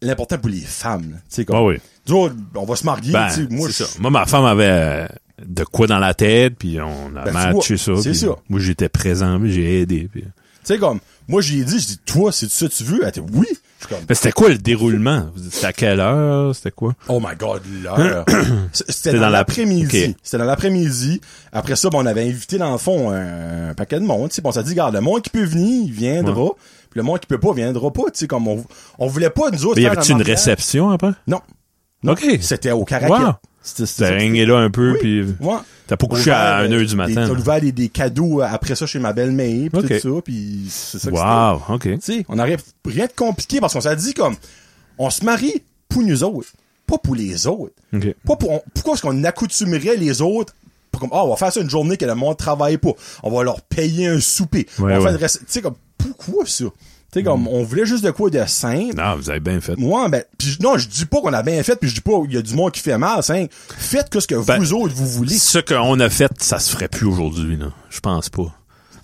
l'important pour les femmes. là. Tu sais, comme,
Ah oui.
nous autres, on va se marier,
Ben,
tu sais, moi,
c'est
je-
ça. Moi, ma femme avait euh, de quoi dans la tête, puis on a
Ben,
matché
tu vois,
ça.
c'est
puis
ça.
Moi, j'étais présent, puis j'ai aidé. puis-
Tu sais, comme, moi, j'ai dit, je dis, toi, c'est ça que tu veux? Elle était, oui. Je suis comme,
Mais c'était quoi le déroulement? C'était à quelle heure? C'était quoi?
oh my god, l'heure. C'était dans
dans la-
l'après-midi.
Ok.
C'était dans l'après-midi. Après ça, ben, on avait invité, dans le fond, un, un paquet de monde, tu sais. Puis on s'est dit, regarde, le monde qui peut venir, il viendra. Puis le monde qui peut pas, viendra pas, tu sais, comme, on, on voulait pas, nous autres,
Mais y
faire
avait-tu une
un mariage.
réception après?
Non.
OK.
C'était au
Wow.
Caracat. C'était,
T'as régné là un peu, puis
Ouais.
t'as pas couché à 1h du matin.
T'as
là.
ouvert des, des cadeaux euh, après ça chez ma belle-mère, pis
Ok.
tout ça, puis c'est ça que c'était.
Wow, OK.
Tu sais, on n'aurait rien de compliqué parce qu'on s'est dit comme, on se marie pour nous autres, pas pour les autres.
OK.
Pas pour, on- pourquoi est-ce qu'on accoutumerait les autres pour comme, ah, on va faire ça une journée que le monde travaille pas. On va leur payer un souper. on va
Ouais, ouais. Mm.
faire le reste- Tu sais, comme, pourquoi ça? Tu sais, comme, on voulait juste de quoi de simple.
Non, vous avez bien fait.
Moi, ben, pis je- non, je dis pas qu'on a bien fait, puis je dis pas, il y a du monde qui fait mal, c'est Faites que ce que
Ben,
vous autres, vous voulez.
Ce qu'on a fait, ça se ferait plus aujourd'hui, là. Je pense pas.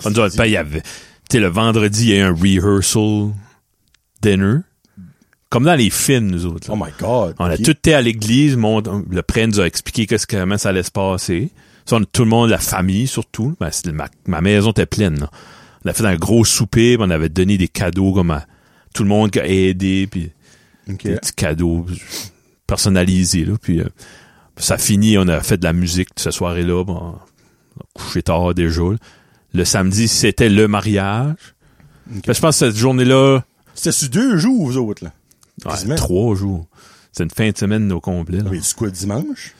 On dirait pas, il y avait. Tu sais, le vendredi, il y a eu un rehearsal dinner. Comme dans les films, nous autres. là.
Oh my god.
On a
ok.
tout été à l'église, mon- le prêtre nous a expliqué qu'est-ce que- comment ça allait se passer. Ça, on a- tout le monde, la famille surtout, ben, c'est- ma, ma maison était pleine. là. On a fait un gros souper, puis on avait donné des cadeaux comme à tout le monde qui a aidé, puis
Ok.
des petits cadeaux personnalisés. Là, puis euh, ça finit, on a fait de la musique cette soirée-là, bon, on a couché tard déjà. là. Le samedi, c'était le mariage. Ben, je pense que cette journée-là,
C'était sur deux jours, vous autres, là.
ouais,
Quasiment.
trois jours. C'est une fin de semaine au complet. là.
Mais du quoi, dimanche?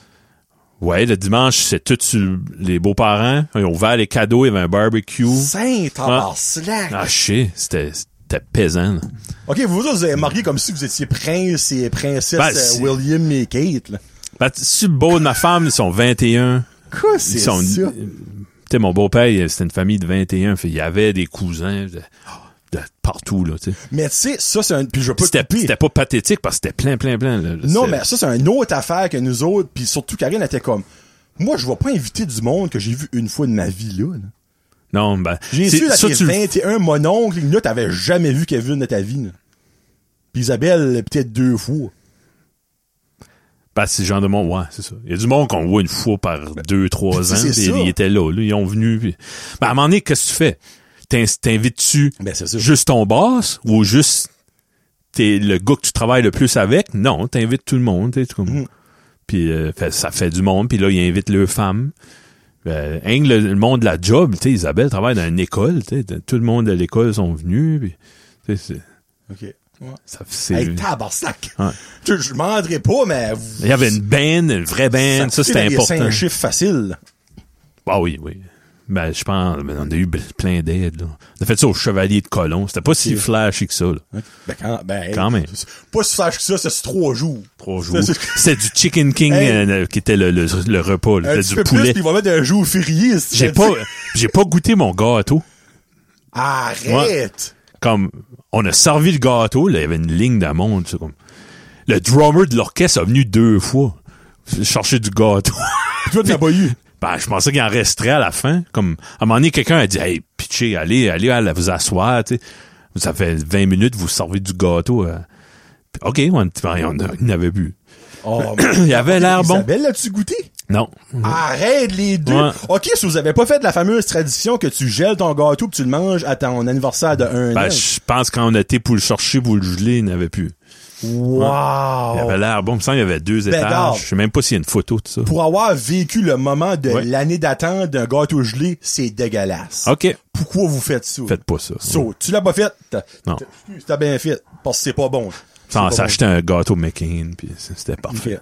Ouais, le dimanche, c'est tout sur le- les beaux-parents. Ils ont ouvert les cadeaux, il y avait un barbecue.
Saint, en slack.
Ah, chier, c'était, c'était pesant. là.
Ok, vous autres, vous avez marié comme si vous étiez prince et princesse
Ben,
euh,
c'est-
William et Kate, là.
Ben, tu- sur le beau de ma femme, ils sont 21.
Quoi,
Ils sont Tu sais, mon beau-père, il- c'était une famille de 21. Fait, il y avait des cousins de, de partout, là, tu sais.
Mais tu sais, ça, c'est un. Puis je veux pas te
C'était
couper.
c'était pas pathétique parce que c'était plein, plein, plein. là.
Non,
C'est-
mais ça, c'est une autre affaire que nous autres. Puis surtout, Karine était comme. Moi, je vais pas inviter du monde que j'ai vu une fois de ma vie, là. là.
Non, ben.
J'ai
c'est-
su, là,
ça,
t'es
tu le
21, mon oncle, là, t'avais jamais vu Kevin de ta vie, là. Puis Isabelle, peut-être deux fois.
Ben, c'est le genre de monde, ouais, c'est ça. Il y a du monde qu'on voit une fois par deux, trois ans,
Ben, c'est
puis
ça.
ils étaient là, là, ils ont venu. Puis... Ben, à un moment donné, qu'est-ce que tu fais? T'in- T'invites-tu
Ben, c'est ça.
juste ton boss ou juste t'es le gars que tu travailles le plus avec? Non, t'invites tout le monde, tu sais, comme...
Mhm.
Puis euh, fait- ça fait du monde, puis là, ils invitent leurs femmes. Euh, rien que le, le monde de la job, tu sais, Isabelle travaille dans une école, tu sais, tout le monde de l'école sont venus, puis... tu sais, c'est-
OK. Ouais.
ça- c'est-
Hey, tabarnak!
Ouais.
Je, je m'en rendrai pas, mais...
Il y avait une band, une vraie band, ça, c'était important.
C'est un chiffre facile.
Ah oui, oui. Ben, je pense, ben, on a eu bl- plein d'aides, là. On a fait ça au Chevalier de Colomb. C'était pas si flashy que ça, là.
Ben, quand, ben, hey,
Quand même.
c'est- Pas si fâche que ça, c'est sur trois jours.
Trois jours.
C'est-
C'était du Chicken King,
Hey.
euh, le- qui était le, le, le repas, là.
Un petit
C'était
peu
du poulet.
Euh, plus, puis il va mettre un jour férié. si tu
J'ai
veux
pas,
dire.
j'ai pas goûté mon gâteau.
Arrête!
Comme, on a servi le gâteau, là, il y avait une ligne d'amande, tu sais, comme. Le drummer de l'orchestre a venu deux fois chercher du gâteau.
Toi, t'as pas eu.
Ben, je pensais qu'il en resterait à la fin. Comme, à un moment donné, quelqu'un a dit, hey, pitchez, allez, allez, allez vous asseoir, tu sais. Ça fait 20 minutes, vous servez du gâteau. euh. Puis, OK, on, on, on n'avait plus.
Oh,
Il avait l'air bon.
Isabelle, l'as-tu goûté?
Non.
Arrête les deux!
Ouais.
Ok, si vous avez pas fait la fameuse tradition que tu gèles ton gâteau pis tu le manges à ton anniversaire de un
Ben,
an.
je pense quand on était pour le chercher, pour le geler, il n'avait plus.
Wow!
Il avait l'air bon. Il me semble qu'il y avait deux
Bédard.
étages. Je sais même pas s'il y a une photo de ça.
Oh. Ben, Pour avoir vécu le moment de
Ouais.
l'année d'attente d'un gâteau gelé, c'est dégueulasse.
OK.
Pourquoi vous faites ça?
Faites pas ça.
Ça, tu l'as pas fait. T'as-
Non.
t'as- excuse, T'as bien fait. Parce que c'est pas bon.
Ça, on
C'est pas
s'achetait un gâteau McCain, puis c'était
bon.
parfait.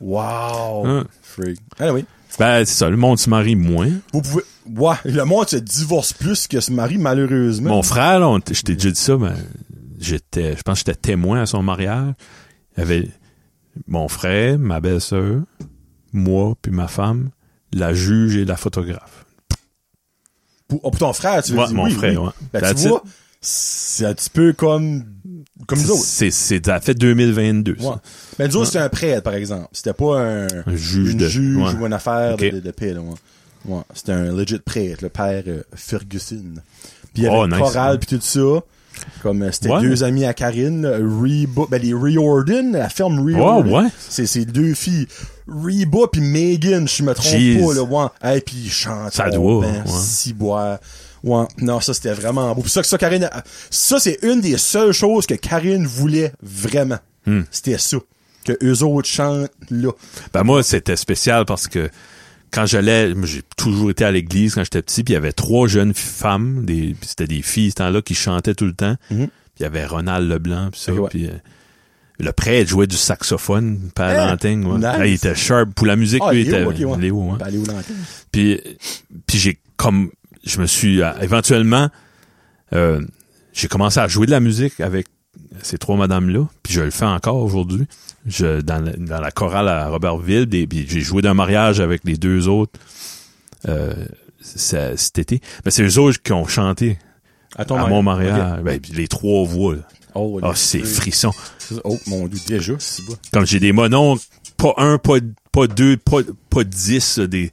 wow.
Hein.
Freak. Anyway,
Ben, c'est ça. Le monde se marie moins.
vous pouvez, ouais, le monde se divorce plus que se marie, malheureusement.
Mon frère, là, on t- je t'ai déjà dit ça, mais j'étais, je pense que j'étais témoin à son mariage. Il y avait mon frère, ma belle-sœur, moi, puis ma femme, la juge et la photographe.
Pour, oh, pour ton frère, tu veux
Ouais,
dire,
mon
oui,
frère,
oui.
ouais.
Ben,
That's
tu
it.
vois, c'est un petit peu comme, comme nous autres.
C'est, c'est, ça fait 2022, ça.
Ouais. Mais nous autres, c'était un prêtre, par exemple. C'était pas un,
Un juge
une
de-
juge
ouais.
ou une affaire
Ok.
de, de, de paix, là, ouais. Ouais, C'était un legit prêtre, le père euh, Ferguson. Puis il y avait
Oh,
une
nice.
chorale, puis tout ça. Comme euh, c'était
Ouais.
deux amis à Karine, là, Reba, ben les Reorden, la ferme Reorden.
ouais.
C'est ces deux filles, Reba puis Megan, je me trompe
Jeez.
pas, là, ouais. Et puis ils chantent.
Ça
oh,
doit,
ben,
ouais.
si boire. Ouais, non, ça c'était vraiment beau. Puis ça, que ça, Karine, a- ça c'est une des seules choses que Karine voulait vraiment.
Hmm.
C'était ça. Que eux autres chantent là.
Ben moi, c'était spécial parce que quand j'allais, moi, j'ai toujours été à l'église quand j'étais petit, puis il y avait trois jeunes femmes, des, puis c'était des filles ce temps-là qui chantaient tout le temps. Puis il y avait Ronald Leblanc, puis ça,
Ok, Mhm. Eh ouais.
puis euh, le prêtre jouait du saxophone, Père
Hein?
Lanting, ouais.
Nice.
Là, il était sharp pour la musique,
Ah,
lui, il
Léo,
était
ok, ouais.
Léo, hein. ouais.
Ben, Léo Lantin.
Puis, puis j'ai comme je me suis euh, éventuellement euh, j'ai commencé à jouer de la musique avec ces trois madames là. Puis je le fais encore aujourd'hui. Je dans la, dans la chorale à Robertville. des- puis j'ai joué d'un mariage avec les deux autres euh, ça- cet été. Mais c'est eux autres qui ont chanté
À ton
à
mari-
mon
Ok.
mariage. Ben, puis les trois voix. là.
Oh,
Ah,
les-
c'est frisson.
Oh, mon dieu, déjà, c'est bas.
Comme j'ai des monos, pas un, pas, pas deux, pas, pas dix, euh, des,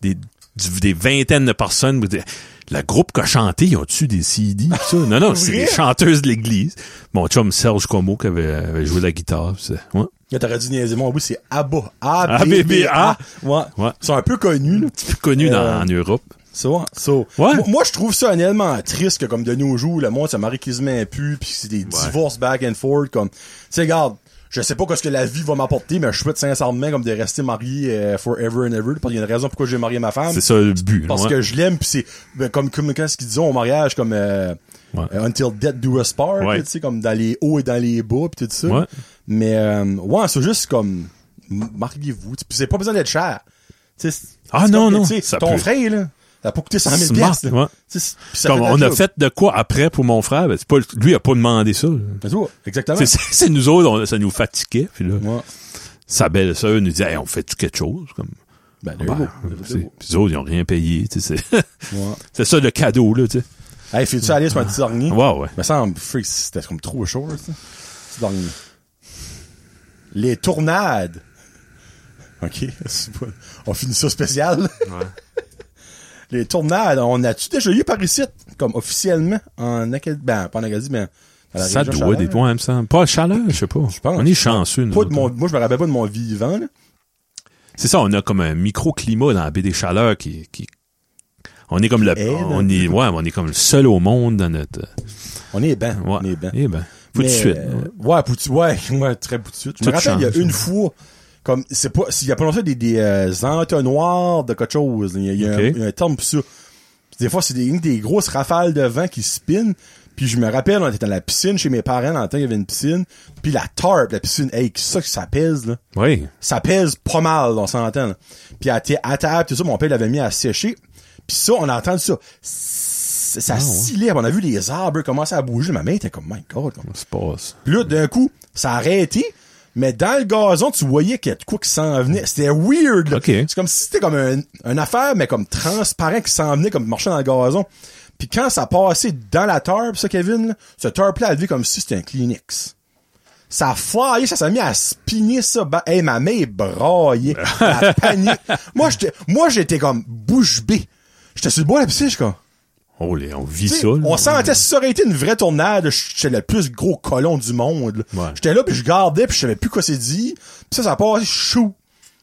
des, du- des vingtaines de personnes. Vous dites, Le groupe qui a chanté, ils ont-tu des CD? pis Ça? Non, non, c'est
Vrai?
des chanteuses de l'église. Mon chum Serge Como qui avait, avait joué de la guitare. pis c'est- ouais.
Là, T'aurais dû niaiser mon bout, c'est ABBA. A,
Ah,
B, B, A.
A.
Ouais.
Ouais.
Ils sont un peu connus, là.
Un petit peu connu dans-
Euh,
en Europe.
C'est vrai. So,
Ouais.
moi- Moi, je trouve ça un élément triste que, comme de nos jours, le monde se marie quasiment plus, puis c'est des divorces back and forth, comme, tu sais, regarde, je sais pas ce que la vie va m'apporter, mais je souhaite sincèrement, comme, de rester marié euh, forever and ever, parce qu'il y a une raison pourquoi j'ai marié ma femme.
C'est ça le but.
Parce
ouais.
que je l'aime, puis c'est, ben, comme, comme, qu'est-ce qu'ils disent au mariage, comme, euh,
Ouais.
euh, Until Death Do Us Part,
Ouais.
là, tu sais, comme dans les hauts et dans les bas, pis tout ça.
Ouais.
Mais, euh, ouais, c'est juste comme, m- mariez-vous, tu sais, puis c'est pas besoin d'être cher. Tu sais, c'est-
Ah,
c'est
non,
comme,
non,
tu sais,
ça
Ton
peut.
frère, là, ça a pas coûté 100 000
Smart,
piastres, là.
ouais.
Tu sais, puis ça
Comme
la
on a
job.
fait de quoi après pour mon frère? ben, c'est pas, lui, il a pas demandé ça. là.
C'est ça, exactement.
C'est- C'est c'est nous autres, on- ça nous fatiguait. Puis là,
Ouais.
sa belle-sœur nous disait, Hey, on fait-tu quelque chose? Comme,
Ben,
Ben,
there you go.
c'est- puis les autres, ils ont rien payé. tu sais, C'est
Ouais.
c'est ça le cadeau, là, tu sais.
Hey, fais-tu aller sur un petit dernier?
Ouais, ouais.
me semble, freak, c'était comme trop chaud, là, ça. Petit dernier. Les tournades. OK. c'est pas- On finit ça spécial. Les tournades, on a-tu déjà eu par ici, comme officiellement, en Acadie? Ben, pas en Acadie, mais dans la
Ça
région
doit
Chaleur?
des points, il me semble. Pas chaleur, je sais pas.
pense.
On est chanceux, nous
Pas de
autres.
mon, moi, je me rappelle pas de mon vivant, là.
C'est ça, on a comme un microclimat dans la baie des Chaleurs qui, qui- on est comme le,
aide.
on est, ouais, on est comme le seul au monde dans notre, euh,
On est ben.
ouais.
On est ben.
Eh ben, faut tout de
Mais,
suite.
euh,
ouais.
Ouais, pour tout- ouais, ouais, très pour tout de suite. Je me
Tout
rappelle, il y a
change,
une
ouais.
fois, comme, c'est pas, s'il y a pas longtemps, des, des euh, entonnoirs de quelque chose. Il y a, il y a
Ok.
un- il y a un, terme pour ça. Puis Des fois, c'est des, une des grosses rafales de vent qui spinent. Puis je me rappelle, on était dans la piscine chez mes parents, dans le temps, il y avait une piscine. Puis la tarp, la piscine, hey, ça, ça pèse, là
Oui.
ça pèse pas mal, on s'entend. là. Puis à, t- à table, tout ça, mon père l'avait mis à sécher. Puis ça, on a entendu ça. Ça, ça
Ah,
scillait. On a vu les arbres commencer à bouger. Ma main était comme, my God. comme-
On se passe.
Puis là, d'un coup, ça a arrêté. Mais dans le gazon, tu voyais qu'il y a de quoi qui s'en venait. C'était weird. là.
Ok.
C'est comme si c'était comme un, une affaire, mais comme transparent qui s'en venait, comme marchant dans le gazon. Puis quand ça passait dans la tarp, ça, Kevin, là, ce tarp-là a levé comme si c'était un Kleenex. Ça a foiré, ça s'est mis à spinner ça. ba- Hey, ma main est braillée. La panique. Moi, j'étais, moi, j'étais comme bouche bée. J'étais sur le bois, la piscine, je suis comme,
Oh, les- on vit
tu sais,
ça, là.
on sentait si ça aurait été une vraie tournade, j'étais le plus gros colon du monde. là.
Ouais.
J'étais là, puis je gardais, puis je savais plus quoi c'est dit. Puis ça, ça passe chou.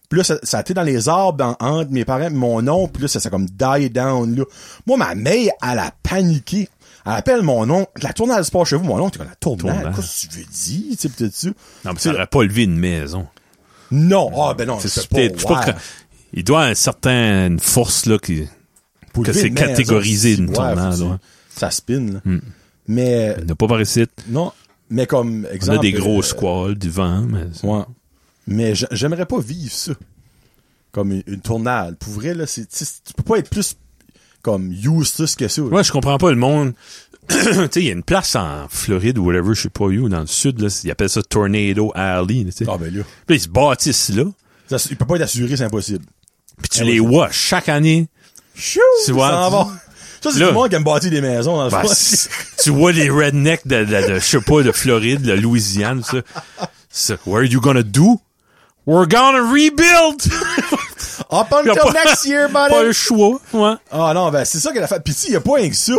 Puis là, ça, ça a été dans les arbres, dans, entre mes parents et mon oncle. Puis là, ça s'est comme die down. Là. Moi, ma mère, elle a paniqué. Elle appelle mon oncle. La tournade se passe chez vous. Mon oncle, t'es comme la tournade.
Tournade.
Qu'est-ce que tu veux dire? Tu sais, puis tout ça.
Non, mais ça aurait pas levé une maison.
Non. Ah, ben non,
C'est
c'est pas.
peut-être- je sais pas
ouais.
que- il doit avoir une certaine force, là, qui,
Pour
que
lever
c'est
une maison,
catégorisé
c'est-
une
ouais,
tournade,
faut que tu-
ouais. Hmm.
Ça spin, là. Mais,
n'a pas par ici.
non. Mais comme
On
exemple.
a des gros
euh,
squales, du vent, mais
Ouais. Mais j'a- j'aimerais pas vivre ça. Comme une, une tournade. Pour vrai, là, c'est, tu sais, tu peux pas être plus comme useless que ça. là.
Ouais, je comprends pas le monde. tu sais, il y a une place en Floride ou whatever, je sais pas où, dans le sud, là, ils appellent ça Tornado Alley, là, tu sais.
Ah ben là.
Puis ils se bâtissent là,
Ça, il peut pas être assuré, c'est impossible.
puis tu
Ah oui,
les
ça.
vois chaque année.
Chou!
Tu
Ça
vois,
en
tu-
va. Ça, c'est
Là.
tout le monde qui aime bâtir des maisons dans le
Ben,
fond.
c- tu vois les rednecks de, de, de- je sais pas, de Floride, de Louisiane, ça. ça. What are you gonna do? We're gonna rebuild!
Up Ah, until
Y a pas-
next year,
pas le
buddy!
choix, ouais.
Ah non, ben c'est ça qu'elle a fait. Pis si, y a pas rien que ça.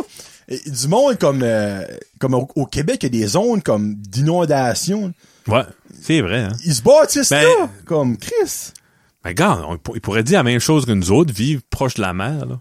Et Du monde comme, euh, comme au, au Québec, il y a des zones comme d'inondation.
Ouais, c'est vrai, hein.
Ils se bâtissent
Ben-
là, comme Chris.
Mais regarde, on, pour- ils pourraient dire la même chose que nous autres, vivre proche de la mer, là.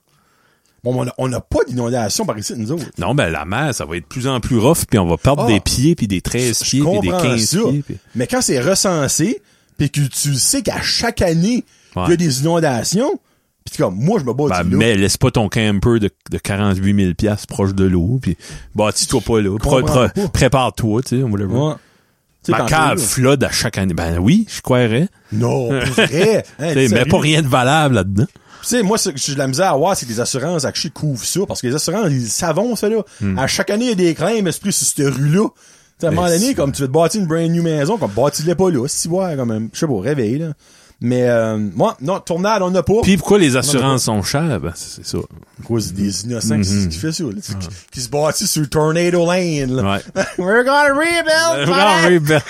Bon, on a- on n'a pas d'inondation par ici, nous autres.
Non, ben la mer, ça va être de plus en plus rough, puis on va perdre
Ah.
des pieds, puis des 13
Je
pieds, puis des
comprends
15
ça.
pieds. puis-
Mais quand c'est recensé, puis que tu sais qu'à chaque année, il y a
Ouais.
des inondations, puis t'es comme, moi, je me bats
Ben,
du lot.
mais laisse pas ton camper de, de 48 000 piastres proche de l'eau, puis bâtis-toi pas là. Pro-
comprends
pro-
pas.
Prépare-toi, tu sais, whatever.
Ouais. Tu sais,
Ma
quand
cave
t'es là.
flotte à chaque année. Ben oui, je croirais.
Non, pour vrai. Hein,
Tu sais, mais
sérieux.
pas rien de valable là-dedans.
Tu sais, moi, ce que j'ai de la misère à voir, c'est que les assurances à qui couvrent ça, parce que les assurances, ils le savent, ça, là. À chaque année, il y a des crèmes, esprit sur cette rue-là. Tu sais, à un
Hmm. Mais
moment donné,
c'est-
comme tu veux te bâtir une brand new maison, comme bâtis-les pas là, si ouais, quand même. Je sais pas, réveille, là. Mais, euh, moi, non, tournade, on n'a pas.
Puis pourquoi les assurances sont chères? Ben, c'est c'est ça.
À cause des innocents
Mhm.
qui, qui fait ça, là, tu sais, qui, qui se bâtissent sur Tornado Lane. Là.
Ouais.
We're gonna rebuild!
Ah,
buddy!
oui, ben.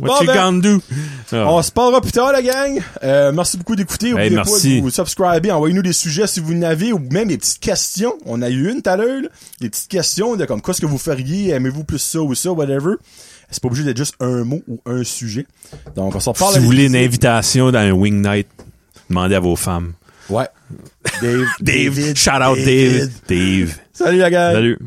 What
Bon,
you
ben,
gonna do? Ah.
On se parlera plus tard, la gang. Euh, merci beaucoup d'écouter. N'oubliez
merci.
pas de vous subscriber. Envoyez-nous des sujets si vous en avez ou même des petites questions. On a eu une tout à l'heure. là. Des petites questions de comme, qu'est-ce que vous feriez? Aimez-vous plus ça ou ça? Whatever. C'est pas obligé d'être juste un mot ou un sujet. Donc, on s'en parle.
si vous voulez une invitation dans un wing night, demandez à vos femmes.
Ouais. Dave.
Dave,
David,
shout out David. Dave.
Salut, la gang.
Salut.